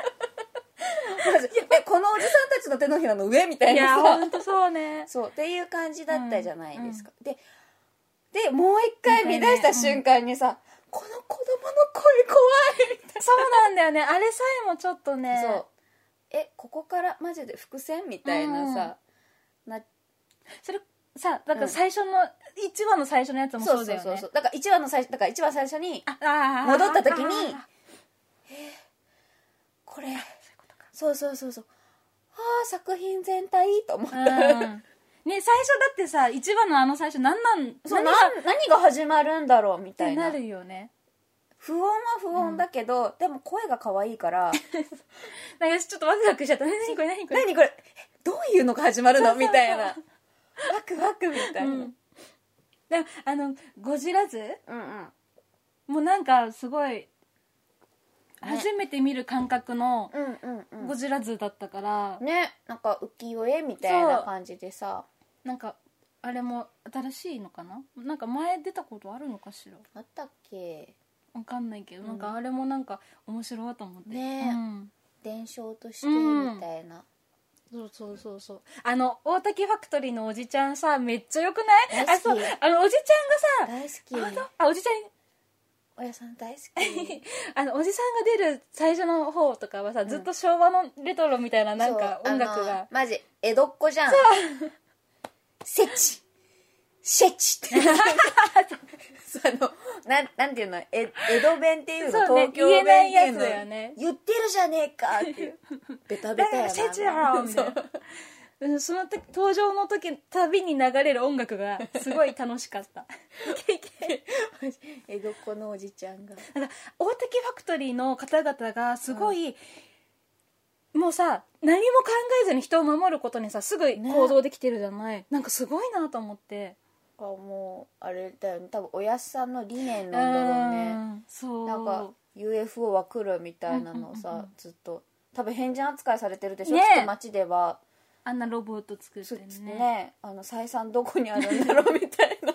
C: マジえこのおじさんたちの手のひらの上みたい
B: い
C: な
B: や
C: さ
B: ほんとそうね
C: そうっていう感じだったじゃないですか、ででもう一回見出した瞬間にさ、この子供の声怖いみ
B: そうなんだよねあれさえもちょっと
C: たいな、
B: ね
C: そうえここからマジで伏線みたいなさ、な
B: それさだから最初の1話の最初のやつも
C: そ
B: そううだ
C: そ
B: よ
C: うそう
B: ね
C: そうだから1話の最初だから一番最初に
B: ああー
C: 戻った時に
B: あー
C: えーこれそうそうそうそうああ作品全体と思っ
B: う
C: た、
B: んね最初だってさ1話のあの最初何なん
C: そ
B: 何
C: うな
B: がっ
C: 何が始まるんだろうみた
B: て
C: いな
B: なるよね
C: 不穏は不穏だけど、でも声が可愛 いから
B: なんかちょっとワクワクしちゃった何これ何これ
C: 何これえどういうのが始まる
B: そ
C: の
B: うそうそう
C: みたいなワクワクみたいな、
B: う
C: うんん、
B: でもあのゴジラ図
C: うん
B: もうなんかすごい
C: ね
B: 初めて見る感覚の
C: うんうん
B: ゴジラ図だったから、
C: ねなんか浮世絵みたいな感じでさ
B: なんかあれも新しいのかななんか前出たことあるのかしら
C: あったっけ
B: わかんないけど、
C: うん
B: なんかあれもなんか面白いと思って
C: ねえ
B: うん
C: 伝承としてみたいな、
B: そうそうそうそうあの大竹ファクトリーのおじちゃんさめっちゃよくないあ
C: 大
B: そ
C: 好
B: う
C: き
B: あのおじちゃんがさ
C: 大好き
B: あのあおじちゃん
C: おやさん大好き
B: あのおじさんが出る最初の方とかはさ、ずっと昭和のレトロみたいななんか
C: そう
B: 音楽
C: あの
B: が
C: マジ江戸っ子じゃんセチセチ ってそうあのなんなんていうのえ江戸弁っていうの
B: そうね
C: 東京弁
B: 言え
C: っていうの
B: ないやつだよね
C: 言ってるじゃねえかって いうベタベタやな
B: セチだろみたいなうん その時登場の時たびに流れる音楽がすごい楽しかった
C: 江戸っ子のおじちゃんが
B: なんか大竹ファクトリーの方々がすごい、もうさ何も考えずに人を守ることにさすぐ行動できてるじゃない、なんかすごいなと思って
C: あもうあれだよね多分おやっさんの理念
B: う
C: なんだろうね
B: んそう
C: なんか UFO は来るみたいなのを
B: うんうんうん
C: さ
B: うん
C: ずっと多分変人扱いされてるでしょ、
B: ね
C: きっと街では
B: あんなロボット作っ
C: そ
B: て
C: う
B: ね
C: ですねあの採算どこにあるんだろうみたいな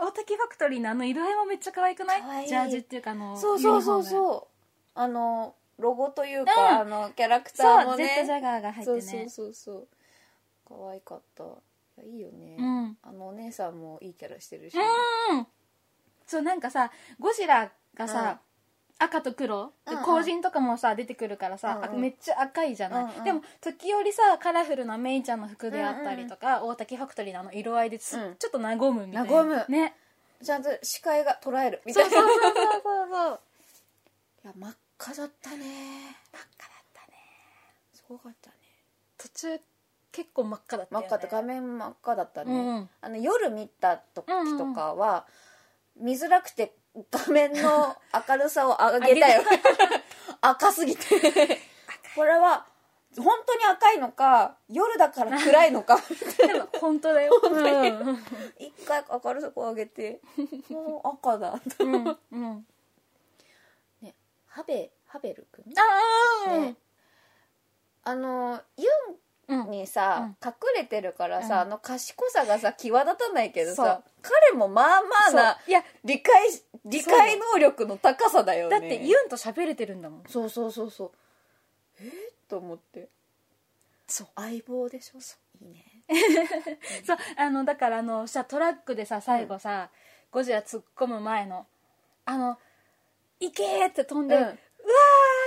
B: 大滝ファクトリーのあの色合いもめっちゃ可愛くない
C: 可愛い
B: ジャージっていうかあの
C: そうそうそう
B: ユニフォーム
C: そうあのロゴという
B: うん
C: か、あのキャラクター
B: そ
C: も
B: う、ゼットジ
C: ね
B: ャガーが入ってね
C: そうそうそうそう可愛かったいやいいよね、
B: うん
C: あのお姉さんもいいキャラしてるし、
B: うんそうなんかさゴジラがさ、赤と黒で
A: うんうん
B: 後人とかもさ出てくるからさ、
C: うんうん
B: あめっちゃ赤いじゃない、
C: うんうん
B: でも時折さカラフルなメイちゃんの服であったりとか、大滝ファクトリーのあの色合いです、
C: うん
B: ちょっと和むみたいな
C: 和む
B: ね
C: ちゃんと視界が捉えるみた
B: そ
C: いうな
B: そうそうそうそう
C: いや真っ赤だったね真っ赤だったねすごかったね
B: 途中結構真っ赤だった
C: 真
B: よ、
C: っ
B: ね、
C: 赤だった画面真っ赤だったね、
B: うんうん
C: あの夜見た時とかは、見づらくて画面の明るさを上げたよ赤すぎてこれは本当に赤いのか夜だから暗いのか
B: でも本当だよ本
C: 一回明るさを上げてもう赤だ
B: 当にうんうん、うん、
C: ねハベハベル君
B: あー
C: ねあのユン
B: うん
C: にさ、隠れてるからさ、あの賢さがさ際立たないけど
B: そう
C: さ彼もまあまあな
B: そういや
C: 理解理解能力の高さだよ
B: だ
C: ね
B: ってユンと喋れてるんだもん
C: そうそうそうそうえー、と思って
B: そう
C: 相棒でしょいいね
B: そうあのだからあのさトラックでさ最後さ、ゴジラ突っ込む前のあの「行け!」って飛んで、
C: うん
B: うわー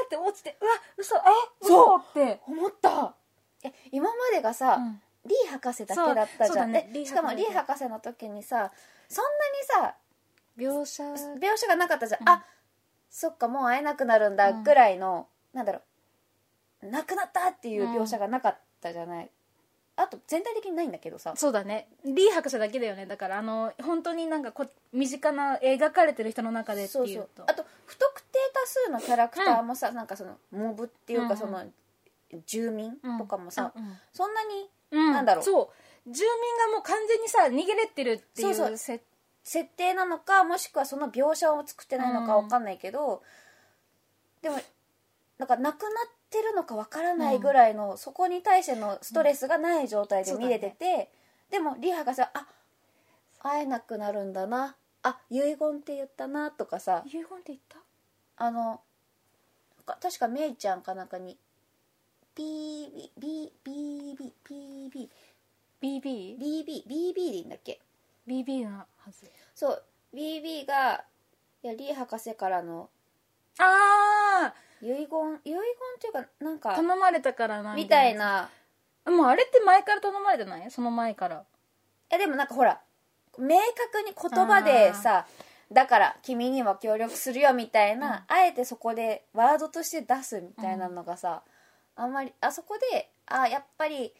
B: って落ちて「うわ嘘え
C: そ
B: 嘘
C: う
B: って
C: 思ったえ今までがさ、
B: うん
C: リー博士だけだっ
B: そ
C: た
B: うそう
C: じゃ
B: だ
C: ん、
B: ね
C: で
B: リー博士
C: しかもリー博士の時にさそんなにさ
B: 描写
C: 描写がなかったじゃん、
B: うん
C: あそっかもう会えなくなるんだ
B: うん
C: ぐらいの、なんだろうなくなったっていう描写がなかったじゃない、あと全体的にないんだけどさ
B: そうだねリー博士だけだよねだからあの本当になんかこ身近な描かれてる人の中でって
C: そう
B: い
C: そうう
B: と
C: あと不特定多数のキャラクターもさ、なんかそのモブってい
B: う
C: う
B: んう
C: か
B: ん
C: その住民とかもさ、
B: うんうん
C: そんなに
B: うん
C: なんだろう
B: そう住民がもう完全にさ逃げれてるっていう
C: そうそう
B: 設
C: 設定なのかもしくはその描写を作ってないのか
B: うん
C: わかんないけど、でもなんかなくなってるのかわからないぐらいの、そこに対してのストレスがない状態で見れてて、でもリハがさ「あ会えなくなるんだな」あ「遺言って言ったな」とかさ
B: 遺言って言った
C: あのか確かメイちゃんかなんかに「ビービービービービービービー
B: BB?BB
C: ビービービービーでいいんだっけ
B: なはず
C: そう BB がいやリー博士からの
B: ああ
C: 遺言遺言っていうかなんか
B: 頼まれたからな
C: みたいな
B: もうあれって前から頼まれてないその前から
C: いやでもなんかほら明確に言葉でさだから君には協力するよみたいな、あえてそこでワードとして出すみたいなのがさ、あんまりあそこであやっぱり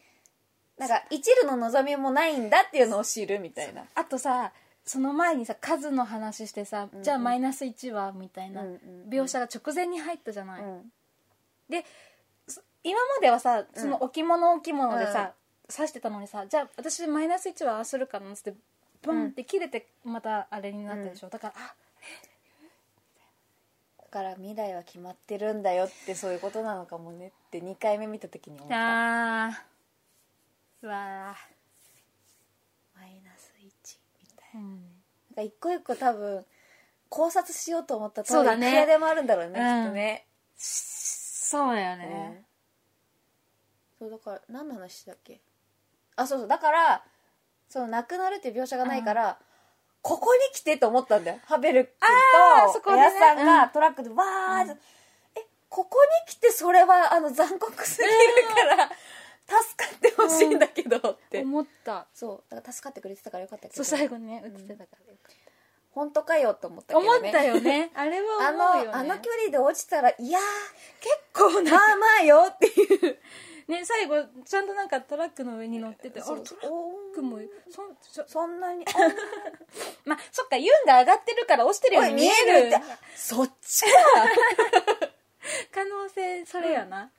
C: なんか一縷の望みもないんだっていうのを知るみたいな。
B: あとさその前にさ数の話してさ、
C: ん
B: じゃあマイナス1はみたいな
C: うんうんうん
B: 描写が直前に入ったじゃない、
C: うん
B: 今まではさその置物置物で
C: うん
B: さ、刺してたのにさじゃあ私マイナス1はああするかなっつってボンって切れてまたあれになったでしょ、だからあ
C: だから未来は決まってるんだよってそういうことなのかもねって2回目見た時に思った。
B: あーうわ
C: マイナス1みたい
B: ー、うん、
C: ななんか一個一個多分考察しようと思ったら
B: そうだね
C: 多分いくらでもあるんだろう
B: う
C: ね
B: ん
C: きっとね、
B: そうだよね、
C: そうだから何の話したっけあそうそうだからその亡くなるっていう描写がないから、ここに来てと思ったんだよハベル
B: あー
C: 君
B: そ
C: と
B: こでね
C: エアさん
B: う
C: が
B: ん
C: トラックでわーって、えここに来てそれはあの残酷すぎるから、助かってほしいんだけどって、
B: 思った
C: そうだから助かってくれてたからよかったけ
B: そう
C: ど
B: 最後にね映ってたからよかっ
C: 本当かよと思っ
B: た
C: たけど、ね、
B: 思ったよねあれは
C: あ
B: 思うよね
C: のあの距離で落ちたらいや
B: 結 構
C: ー
B: な
C: まあまあよっていう
B: ね最後ちゃんとなんかトラックの上に乗っててあれトラックもそんそ
C: そん なにあ
B: まあそっかユンが上がってるから落ちてるように見える
C: ってそっちか
B: 可能性それやな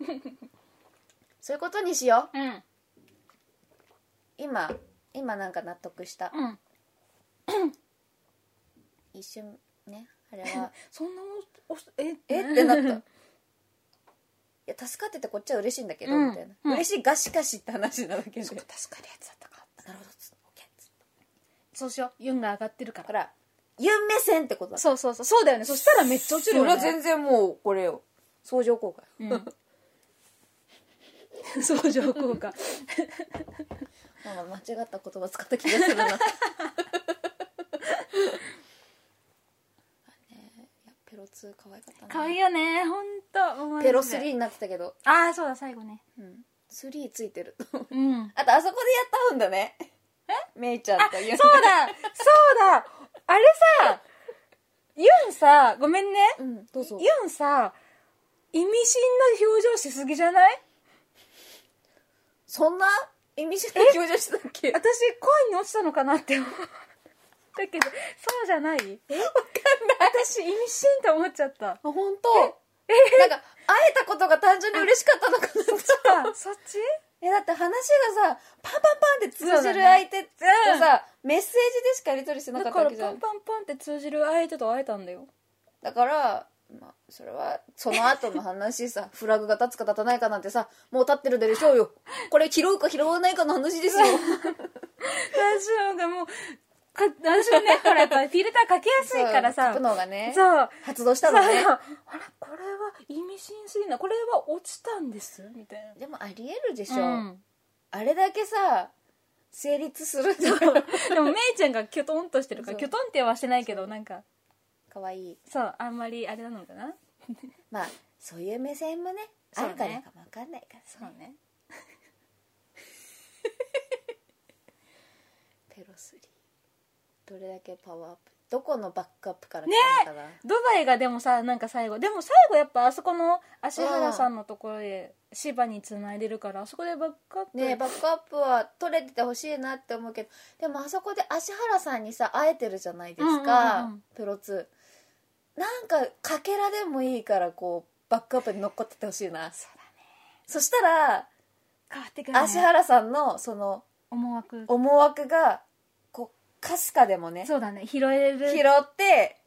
C: そういうことにしよ
B: うん
C: う今今なんか納得した
B: うん
C: 一瞬ねあれは
B: そんなおおえ
C: えってなったいや助かっててこっちは嬉しいんだけど、
B: うん
C: みたいな、
B: うん
C: 嬉しいがしかしって話なだけで
B: そうか助かるやつだったか
C: なるほどつオッケーつ
B: そうしようユンが上がってるか
C: だからら有目線ってことだ
B: そうそうそうそうだよねそしたらめっちゃ落ちる
D: そ
B: よ
D: れ
B: ね
D: は全然もうこれよ
C: 相乗効果
B: うん 相乗効果
C: なんか間違った言葉使った気がす るなまあねいやペロ2可愛かったな
B: 可愛いよね本当
C: ペロ3になってたけど、
B: ああそうだ最後ね
C: うん、3ついてる
B: うん
C: あとあそこでやったんだねえめいちゃんとユン
B: そうだそうだあれさユンさごめんね
C: うんどうぞ
B: ユンさ意味深な表情しすぎじゃない
C: そんな意味深な表情してたっけ
B: 私恋に落ちたのかなって思うだけどそうじゃないえ分かんない私意味深と思っちゃった
C: あ本当。なんか会えたことが単純に嬉しかったのかなって
B: あ そっち
C: えだって話がさパンパンパンって通
B: そう
C: じ
B: だ
C: る
B: ね
C: 相手と
B: うん
C: さ、メッセージでしかやり取りしてなか
B: だ
C: った
B: か
C: わ
B: ら
C: けじゃ
B: パ
C: ん
B: ンパンパンって通じる相手と会えたんだよ
C: だから、まあ、それはその後の話さフラグが立つか立たないかなんてさもう立ってるでしょうよこれ拾うか拾わないかの話 ですよ
B: ラジオがもうかラジオねほら やっぱフィルターかけやすいからさ
C: そうプノがね
B: そう
C: 発動し
B: そ
C: た
B: う
C: のね
B: あれこれは意味深すぎないこれは落ちたんですみたいな
C: でもありえるでしょ、
B: うん
C: あれだけさ成立するじゃん
B: でもめいちゃんがキョトンとしてるから
C: そう
B: キョトンってはしてないけどなんか
C: かわいい
B: そうあんまりあれなのかな
C: まあそういう目線もね
B: そう
C: あ
B: ね
C: るからかもわかんないから
B: そうね
C: ペロスリーどれだけパワーアップどこのバックアップから来
B: ね
C: たのかな、
B: ドバイがでもさなんか最後でも最後やっぱあそこの芦原さんのところで芝につないでるからあそこでバックアップ
C: ねえバックアップは取れててほしいなって思うけどでもあそこで芦原さんにさ会えてるじゃないです
B: うん
C: か、
B: うんうんうん
C: プロ2なんかかけらでもいいからこうバックアップに乗っかっててほしいな
B: そうだね
C: そしたら
B: 変わってくる、ね、
C: 芦原さんのその
B: 思惑
C: 思惑がこうかすかでもね
B: そうだね拾える
C: 拾って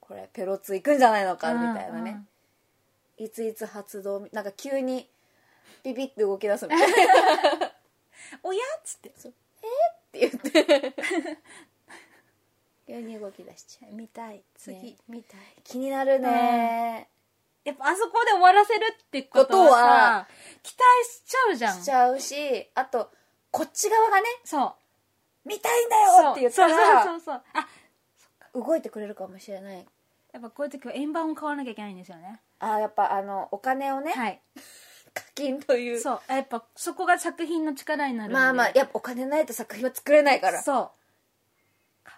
C: これペロ2行くんじゃないのかみたいなね、
B: うんうん
C: いついつ発動なんか急にビビって動き出すみたいなっ
B: おやっつって
C: て言って 急に動き出しちゃう
B: 見たい次、
C: ね
B: 見たい
C: 気になるね、
B: やっぱあそこで終わらせるってことは
C: こ
B: さ
C: とは
B: 期待しちゃうじゃん
C: しちゃうしあとこっち側がね
B: そう
C: 見たいんだ
B: そう
C: よって言った
B: そうそ
C: ら
B: うそうそうあ
C: 動いてくれるかもしれない
B: やっぱこういう時は円盤を買わなきゃいけないんですよね
C: あやっぱあのお金をね、
B: はい
C: 課金という
B: そうやっぱそこが作品の力になるんで
C: まあまあやっぱお金ないと作品は作れないからやっ
B: そ
C: ぱ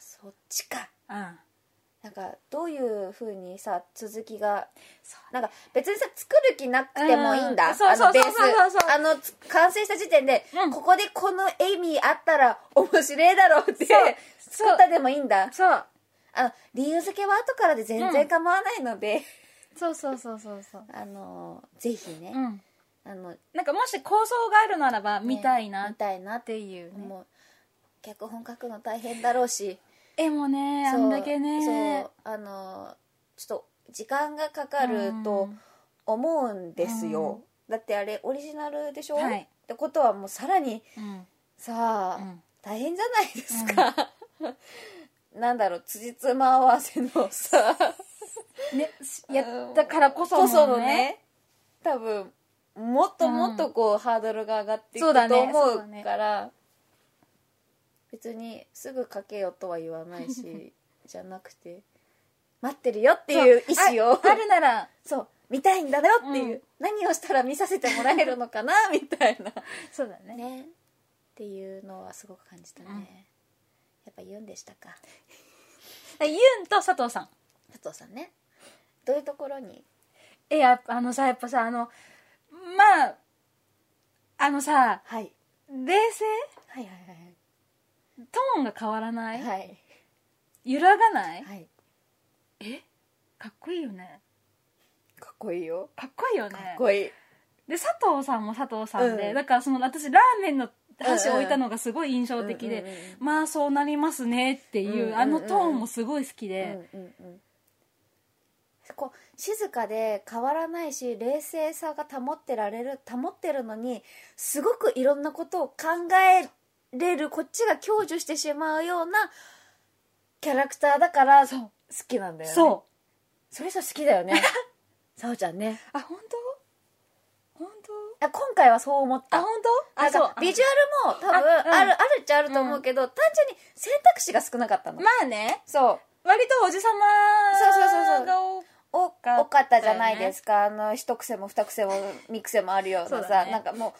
C: そっちか
B: ううん
C: なんかどういうふうにさ続きが
B: そ
C: なんか別にさ作る気なくてもいいんだ、
B: うんそう
C: あ
B: そ
C: の
B: う
C: ベー
B: そうそうそう
C: スあのつ完成した時点で、
B: うん
C: ここでこのエミあったら面白いだろうって
B: そうそう
C: 作ったでもいいんだ
B: そう
C: あの理由付けは後からで全
B: うん
C: 然構わないので、
B: そうそうそうそうそう
C: あのぜひね、
B: うん
C: あのね
B: なんかもし構想があるならば見たいなっ
C: 見たいなって
B: ていうね
C: もう脚本書くの大変だろうし
B: 絵もねあ
C: そうん
B: だけね
C: そうあのちょっと時間がかかると、
B: うん
C: 思うんですよ、だってあれオリジナルでしょ、
B: はい
C: ってことはもうさらに
B: うん
C: さあ、
B: うん
C: 大変じゃないですか、 なんだろう辻褄合わせの さ
B: ねやったからこそ
C: こそ
B: の
C: の
B: ね
C: ね多分もっともっとこう、ハードルが上がってい
B: そうだ
C: くと
B: ね
C: 思
B: そう
C: う
B: だね
C: から別にすぐかけよとは言わな いしじゃなくて待ってるよっていう意思を
B: ああるなら
C: そう見たいんだよっていう、
B: うん
C: 何をしたら見させてもらえる のかなみたいな
B: そうだね
C: ねっていうのはすごく感じたね、
B: うん
C: やっぱユンでしたか
B: ユンと佐藤さん
C: 佐藤さんねどういうところに
B: えやっぱあのさやっぱさあのまああのさ
C: はい
B: 冷静
C: はいは
B: トーンが変わらないい、
C: はいはい
B: 揺らがない、
C: はい
B: かっこいいよね
C: かっこいいよ
B: かっこいいよね
C: かっこいい、
B: で佐藤さんも佐藤さんで、
C: うん
B: だからその私ラーメンの箸を置いたのがすごい印象的で、
C: うんうんうん
B: まあそうなりますねっていう、
C: うんうんうん
B: あのトーンもすごい好きで、
C: うんうんうんこう静かで変わらないし冷静さが保ってられる保ってるのにすごくいろんなことを考えれるこっちが享受してしまうようなキャラクターだから
B: そう
C: 好きなんだよね
B: そう
C: それさ好きだよ ねさおちゃんね
B: あ本当本
C: いや今回はそう思っ
B: 当あ
C: た
B: 本当
C: なんかビジュアルも多分
B: あうん
C: あるあるっちゃあると思うけど、単純に選択肢が少なかったの、
B: まあね
C: そう
B: 割とおじさま
C: そうそうそうそう
B: が多くか
C: 多
B: ったよね
C: 多かったじゃないですか、あの一癖も二癖も三癖もあるよう
B: そ
C: な
B: う
C: さ
B: だね
C: なんかも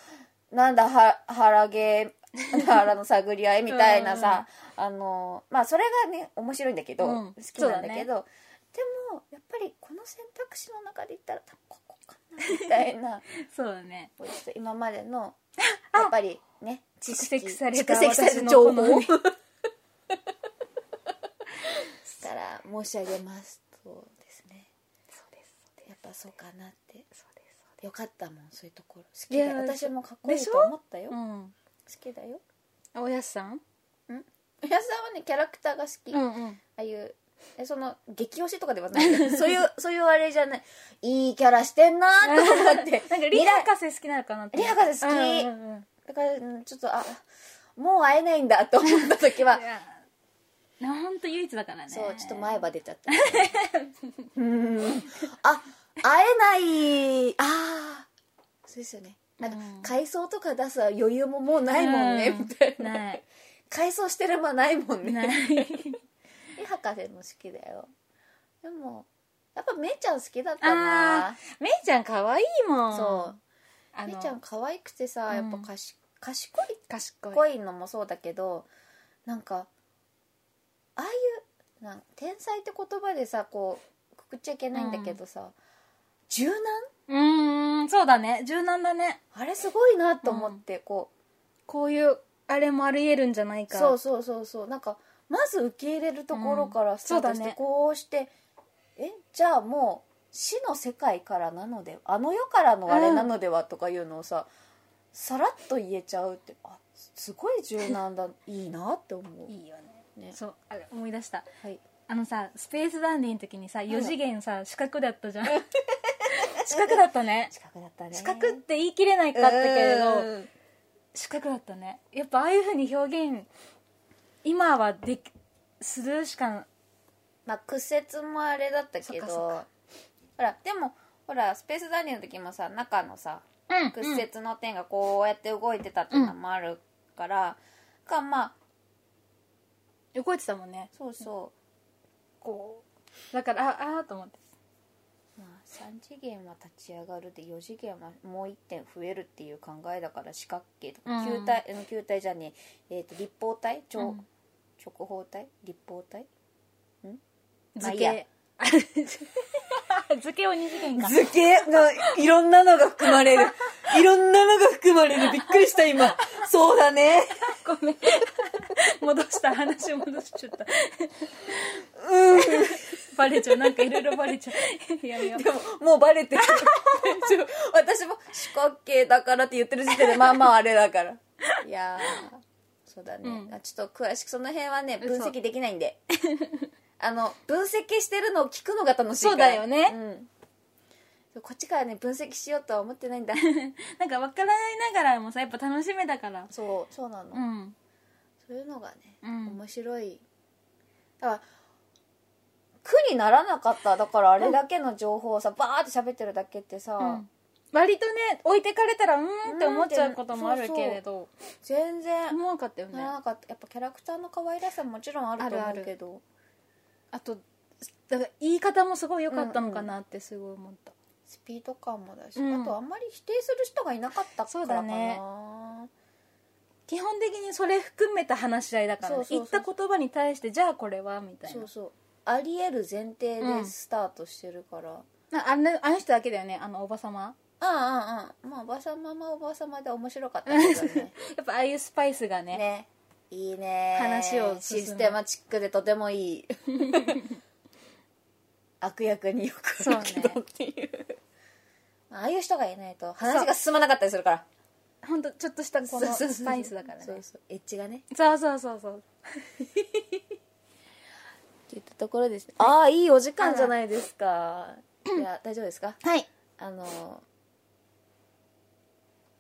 C: うなんだは腹毛 腹の探り合いみたいなさ、あのまあそれがね面白いんだけど、
B: うん
C: 好きなん
B: そう
C: だ
B: だ
C: け
B: ね
C: ど、でもやっぱりこの選択肢の中で言ったら多分ここかなみた いな
B: そうだね
C: こうちょっと今までのやっぱりね
B: 蓄
C: 知識
B: 積された
C: 蓄積され
B: 私
C: た
B: の
C: 情
B: こ
C: 報
B: の
C: したら申し上げますとですねやっぱそうかなってよかったもんそういうところ好きだ
B: いや
C: 私もかっこいい
B: でし
C: と
B: ょ
C: 思ったよ、
B: う
C: 好
B: ん
C: きだよ
B: あおやっさん
C: 安田はねキャラクターが好き、あ
B: ん うん
C: あいうえその激推しとかではない そういうそういうあれじゃないいいキャラしてんなと思 って
B: なんかリ博士好きなのかなって
C: リ博士好き
B: うんうんうん
C: だからうんちょっとあもう会えないんだと思った時はい
B: やほんと唯一だからね
C: そうちょっと前歯出ちゃったうんあ会えないあーそうですよねなんか
B: うん
C: 回想とか出す余裕ももうないもんね、
B: う
C: みたいな
B: ない
C: 回想してる間ないもんね
B: ない
C: で博士も好きだよでもやっぱめいちゃん好きだったな
B: めいちゃん可愛いもん
C: そ
B: あ
C: う
B: の
C: めいちゃん可愛くてさやっぱかし、賢い
B: 賢い
C: 賢いのもそうだけどなんかああいうなん天才って言葉でさこうくくっちゃいけないんだけどさ、柔軟
B: うーんそうだね柔軟だね
C: あれすごいなと思って、こ
B: こういうあれもあり得るんじゃないうか
C: そうそうそうそうなんかまず受け入れるところからスタートして、
B: そうだね
C: こうしてえじゃあもう死の世界からなのであの世からのあれなのではとかいうのをさ、さらっと言えちゃうってあすごい柔 軟だいいなって思う。
B: いいよね
C: ね
B: そうあれ思い出した
C: はい
B: あのさスペースダンディの時にさ4次元さ四角だったじゃん 四角だったね
C: 近くだったね
B: 四角って言い切れないかったけれど
C: うん
B: 四角だったねやっぱああいうふうに表現今はできするしか
C: まあ屈折もあれだった
B: そ
C: け
B: っ
C: ど
B: かそっ
C: ほらでもほらスペースダニーの時もさ中のさ
B: うん
C: 屈折の点がこうやって動いてたっていうのもあるから、かまあ
B: うん動いてたもんね
C: そうそ
B: こうだからああーと思って
C: う、まあ、3次元は立ち上がるで4次元はもう1点増えるっていう考えだから四角形とか
B: うん
C: 球体、うん、球体じゃねえ、えーと立方体長、
B: うん
C: 直方体立方体まあ
B: 図
C: いいや
B: 形図形を2次元か
E: 図形のいろんなのが含ま れる。いろんなのが含まれる。びっくりした、今。そうだね。
B: ごめん 戻した話を戻しちゃった
E: うん。
B: バレちゃうなんかいろいろバレちゃうやめよう
E: でも、もうバレ てる。ちょ私も四角形だからって言ってる時点で、まあまああれだから。
C: いやーそうだね、
B: うん
C: あちょっと詳しくその辺はね分
B: 嘘
C: 析できないんであの分析してるのを聞くのが楽しい
B: そう
C: から
B: だよね
C: うんそうこっちからね分析しようとは思ってないんだ
B: なんか分からないながらもさやっぱ楽しめだから
C: そうそうなの、
B: うん
C: そういうのがね、
B: うん
C: 面白いだから苦にならなかっただからあれだけの情報をさバーって喋ってるだけってさ、
B: うん割とね置いてかれたらうーんって思っちゃうこともあるけれど
C: 全然
B: 思わなかったよね
C: ならなかったやっぱキャラクターの可愛らしさももちろんあると
B: あ
C: 思
B: るあ
C: う
B: る
C: けど
B: あとだから言い方もすごい良かったのかなってすごい思った、
C: スピード感もだし、
B: うん
C: あとあんまり否定する人がいなかったか
B: そ
C: ら
B: う
C: かな
B: だね基本的にそれ含めた話し合いだからね、
C: そうそうそうそう
B: 言った言葉に対してじゃあこれはみたいな
C: そうそうありえる前提
B: う
C: で
B: ん
C: スタートしてるから、うん、
B: なあのあの人だけだよねあのおばさま
C: あうんうんまあおばさままおばさまで面白かったけど ね
B: やっぱああいうスパイスがね
C: ねいいね
B: 話を進む
C: システマチックでとてもいい 悪役によくあるけどっていう ああいう人がいないと話が進まなかったりするから
B: ほんとちょっとした この
C: そうそうそう
B: スパイスだからね
C: そうそうエッジがね
B: そうそうそうそう
C: ってといったところですねああいいお時間じゃないですかいや大丈夫ですか
A: はい。
C: あの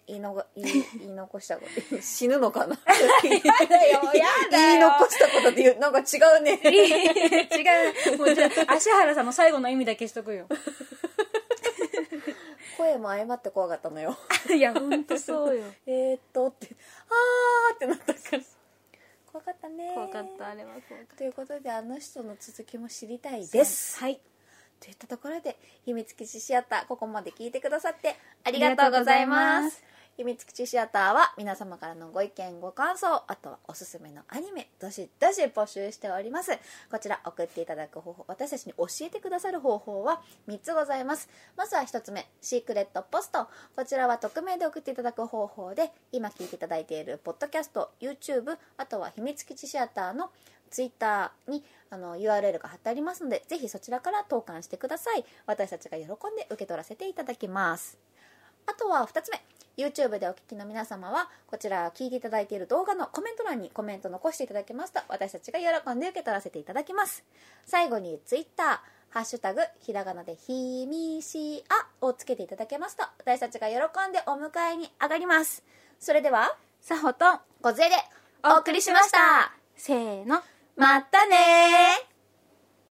C: 言いのご言い言い残したこと死ぬの かな言い 残したことっていうなんか違うね
B: 違うもうじゃあ芦原さんの最後の意味だけしとく よ
C: 声も誤って怖かったのよ
B: いやほんとそうよ
C: えーっとってあーってなったから怖かったね
B: 怖かったあれは怖かっ
C: ということであの人の続きも知りたいですはいといったところで秘密基地シアターここまで聞いてくださってありがと
B: ありが
C: うござい
B: とうござい
C: ま
B: ます
C: 秘密基地シアターは皆様からのご意見ご感想あとはおすすめのアニメどしどし募集しておりますこちら送っていただく方法私たちに教えてくださる方法は3つございますまずは1つ目シークレットポストこちらは匿名で送っていただく方法で今聞いていただいているポッドキャスト YouTube あとは秘密基地シアターのツイッターにあの URL が貼ってありますのでぜひそちらから投函してください私たちが喜んで受け取らせていただきますあとは2つ目 YouTube でお聞きの皆様はこちら聞いていただいている動画のコメント欄にコメント残していただけますと私たちが喜んで受け取らせていただきます最後に Twitter「ハッシュタグひらがなでひみしあ」をつけていただけますと私たちが喜んでお迎えに上がりますそれでは
B: たさほと
C: ごぜでお送りしました
B: せーの
C: またねー